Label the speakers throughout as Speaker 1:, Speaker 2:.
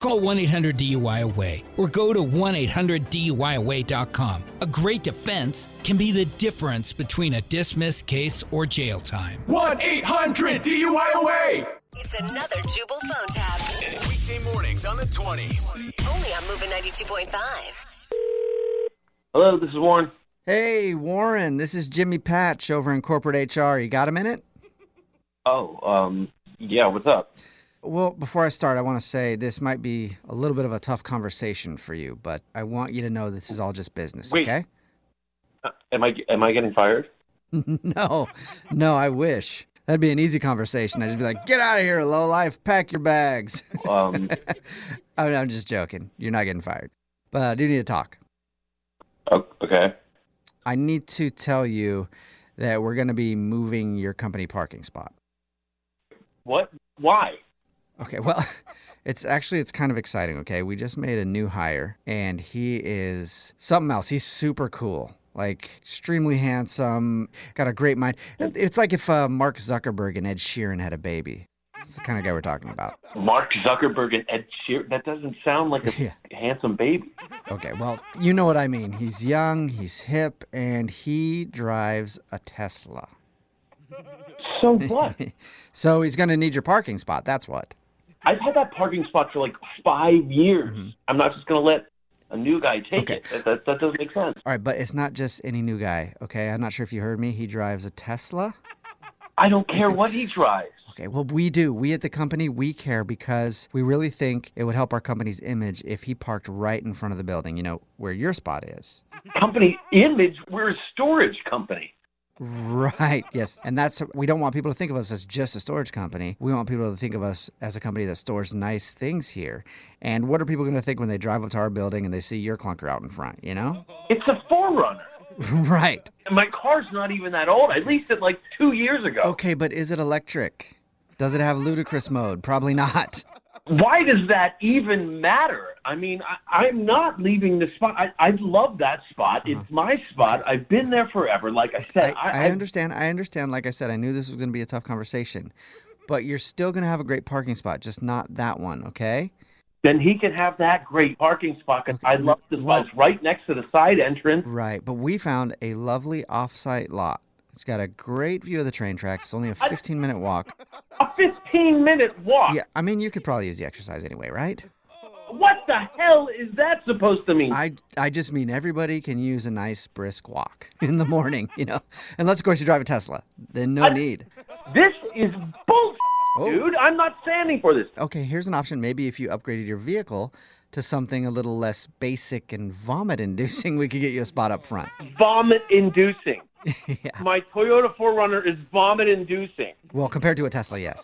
Speaker 1: Call 1 800 DUI Away or go to 1 800 DUIAway.com. A great defense can be the difference between a dismissed case or jail time.
Speaker 2: 1 800 DUIOA!
Speaker 3: It's another Jubal phone tab.
Speaker 4: Weekday mornings on the 20s.
Speaker 3: Only on Moving 92.5.
Speaker 5: Hello, this is Warren.
Speaker 6: Hey, Warren, this is Jimmy Patch over in corporate HR. You got a minute?
Speaker 5: Oh, um, yeah, what's up?
Speaker 6: Well, before I start, I want to say this might be a little bit of a tough conversation for you, but I want you to know this is all just business,
Speaker 5: Wait.
Speaker 6: okay?
Speaker 5: Uh, Am I am I getting fired?
Speaker 6: No, no, I wish. That'd be an easy conversation. I'd just be like, get out of here, low life, pack your bags.
Speaker 5: Um,
Speaker 6: I mean, I'm just joking. You're not getting fired. But I do need to talk.
Speaker 5: o- okay.
Speaker 6: I need to tell you that we're going to be moving your company parking spot.
Speaker 5: What? Why?
Speaker 6: Okay, well, it's actually it's kind of exciting, okay? We just made a new hire and he is something else. He's super cool. Like extremely handsome, got a great mind. It- It's like if uh, Mark Zuckerberg and Ed Sheeran had a baby. It's the kind of guy we're talking about.
Speaker 5: Mark Zuckerberg and Ed Sheeran? That doesn't sound like a
Speaker 6: Yeah.
Speaker 5: handsome baby.
Speaker 6: Okay, well, you know what I mean. He's young, he's hip, and he drives a Tesla.
Speaker 5: So what?
Speaker 6: So he's going to need your parking spot. That's what.
Speaker 5: I've had that parking spot for like five years. I'm not just gonna let a new guy take
Speaker 6: Okay.
Speaker 5: it. That, that, that doesn't make sense.
Speaker 6: All right, but it's not just any new guy, okay? I'm not sure if you heard me. He drives a Tesla.
Speaker 5: I don't care what he drives.
Speaker 6: Okay, well, we do. We at the company, we care because we really think it would help our company's image if he parked right in front of the building, you know, where your spot is.
Speaker 5: Company image. We're a storage company.
Speaker 6: Right, yes. And that's, we don't want people to think of us as just a storage company. We want people to think of us as a company that stores nice things here. And what are people going to think when they drive up to our building and they see your clunker out in front, you know?
Speaker 5: It's a forerunner.
Speaker 6: right.
Speaker 5: And my car's not even that old. I leased it like two years ago.
Speaker 6: Okay, but is it electric? Does it have ludicrous mode? Probably not.
Speaker 5: why does that even matter? I mean, I, I'm not leaving the spot. I, I love that spot. It's my spot. I've been there forever. Like I said,
Speaker 6: Uh-huh. I, I understand. I understand. Like I said, I knew this was going to be a tough conversation, but you're still going to have a great parking spot, just not that one, okay?
Speaker 5: then he can have that great parking spot. 'cause I love this spot.
Speaker 6: Well-
Speaker 5: It's right next to the side entrance.
Speaker 6: Right. But we found a lovely off-site lot. It's got a great view of the train tracks. It's only a 15-minute walk.
Speaker 5: A 15 minute walk.
Speaker 6: Yeah, I mean, you could probably use the exercise anyway, right?
Speaker 5: What the hell is that supposed to mean?
Speaker 6: I I just mean everybody can use a nice brisk walk in the morning, you know. Unless of course you drive a Tesla, then no
Speaker 5: I-
Speaker 6: need.
Speaker 5: this is bullshit,
Speaker 6: Oh.
Speaker 5: dude. I'm not standing for this.
Speaker 6: Okay, here's an option. Maybe if you upgraded your vehicle to something a little less basic and vomit-inducing, we could get you a spot up front.
Speaker 5: Vomit inducing.
Speaker 6: yeah.
Speaker 5: My Toyota 4Runner is vomit inducing.
Speaker 6: Well, compared to a Tesla, yes.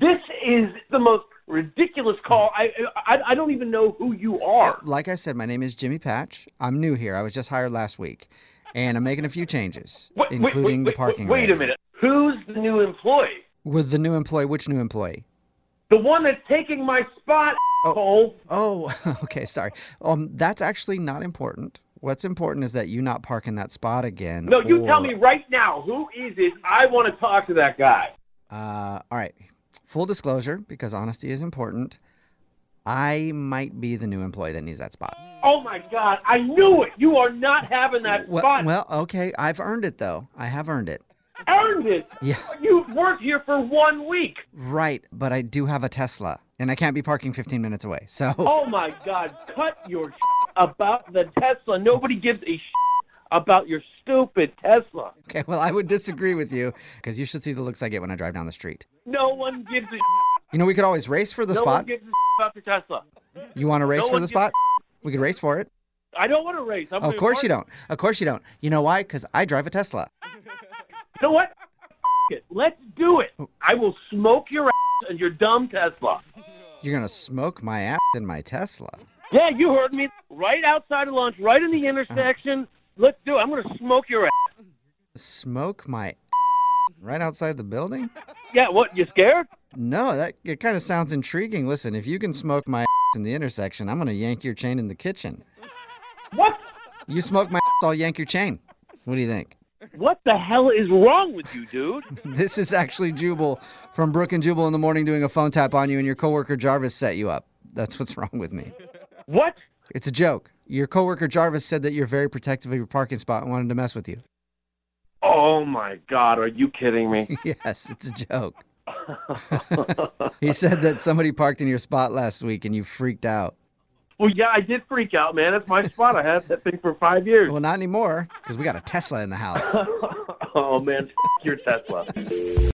Speaker 5: This is the most ridiculous call. I, I I don't even know who you are.
Speaker 6: Like I said, my name is Jimmy Patch. I'm new here. I was just hired last week, and I'm making a few changes,
Speaker 5: Wait, wait, wait,
Speaker 6: including the
Speaker 5: wait,
Speaker 6: parking.
Speaker 5: Wait, a
Speaker 6: arrangement.
Speaker 5: minute. Who's the new employee?
Speaker 6: With the new employee, which new employee?
Speaker 5: The one that's taking my spot, Cole.
Speaker 6: Oh, okay, sorry. Um, that's actually not important. What's important is that you not park in that spot again.
Speaker 5: No, you tell
Speaker 6: or-
Speaker 5: me right now who is it. I want to talk to that guy.
Speaker 6: Uh, all right. Full disclosure, because honesty is important. I might be the new employee that needs that spot.
Speaker 5: Oh my God! I knew it. You are not having that
Speaker 6: Well,
Speaker 5: spot.
Speaker 6: well, okay. I've earned it though. I have earned it.
Speaker 5: Earned it.
Speaker 6: Yeah.
Speaker 5: You've worked here for one week.
Speaker 6: Right, but I do have a Tesla, and I can't be parking 15 minutes away. So,
Speaker 5: Oh my God! Cut your about the Tesla. Nobody gives a about your stupid Tesla.
Speaker 6: okay, well, I would disagree with you because you should see the looks I get when I drive down the street.
Speaker 5: No one gives a
Speaker 6: You know, we could always race for the
Speaker 5: no one
Speaker 6: spot.
Speaker 5: gives a about the Tesla.
Speaker 6: you want to race
Speaker 5: no
Speaker 6: for
Speaker 5: one
Speaker 6: the
Speaker 5: gives-
Speaker 6: spot? We could race for it.
Speaker 5: I don't want to race. I'm
Speaker 6: Oh, of
Speaker 5: gonna
Speaker 6: course you
Speaker 5: park.
Speaker 6: don't. Of course you don't. You know why? Because I drive a Tesla.
Speaker 5: You know what? F- It. Let's do it.
Speaker 6: Oh.
Speaker 5: I will smoke your ass and your dumb Tesla.
Speaker 6: You're gonna smoke my ass in my Tesla.
Speaker 5: Yeah, you heard me. Right outside of lunch, right in
Speaker 6: Uh-huh.
Speaker 5: the intersection. Let's do it. I'm gonna smoke your ass.
Speaker 6: Smoke my ass right outside the building?
Speaker 5: Yeah, what? You scared?
Speaker 6: No, that it kind of sounds intriguing. Listen, if you can smoke my ass in the intersection, I'm gonna yank your chain in the kitchen.
Speaker 5: What?
Speaker 6: You smoke my ass, I'll yank your chain. What do you think?
Speaker 5: What the hell is wrong with you, dude?
Speaker 6: This is actually Jubal from Brook and Jubal in the morning doing a phone tap on you, and your coworker Jarvis set you up. That's what's wrong with me.
Speaker 5: What?
Speaker 6: It's a joke. Your coworker Jarvis said that you're very protective of your parking spot and wanted to mess with you.
Speaker 5: Oh my God! Are you kidding me?
Speaker 6: Yes, it's a joke. he said that somebody parked in your spot last week and you freaked out.
Speaker 5: well, yeah, I did freak out, man. That's my spot. I had that thing for five years.
Speaker 6: Well, not anymore because we got a Tesla in the house.
Speaker 5: oh man, f- your Tesla.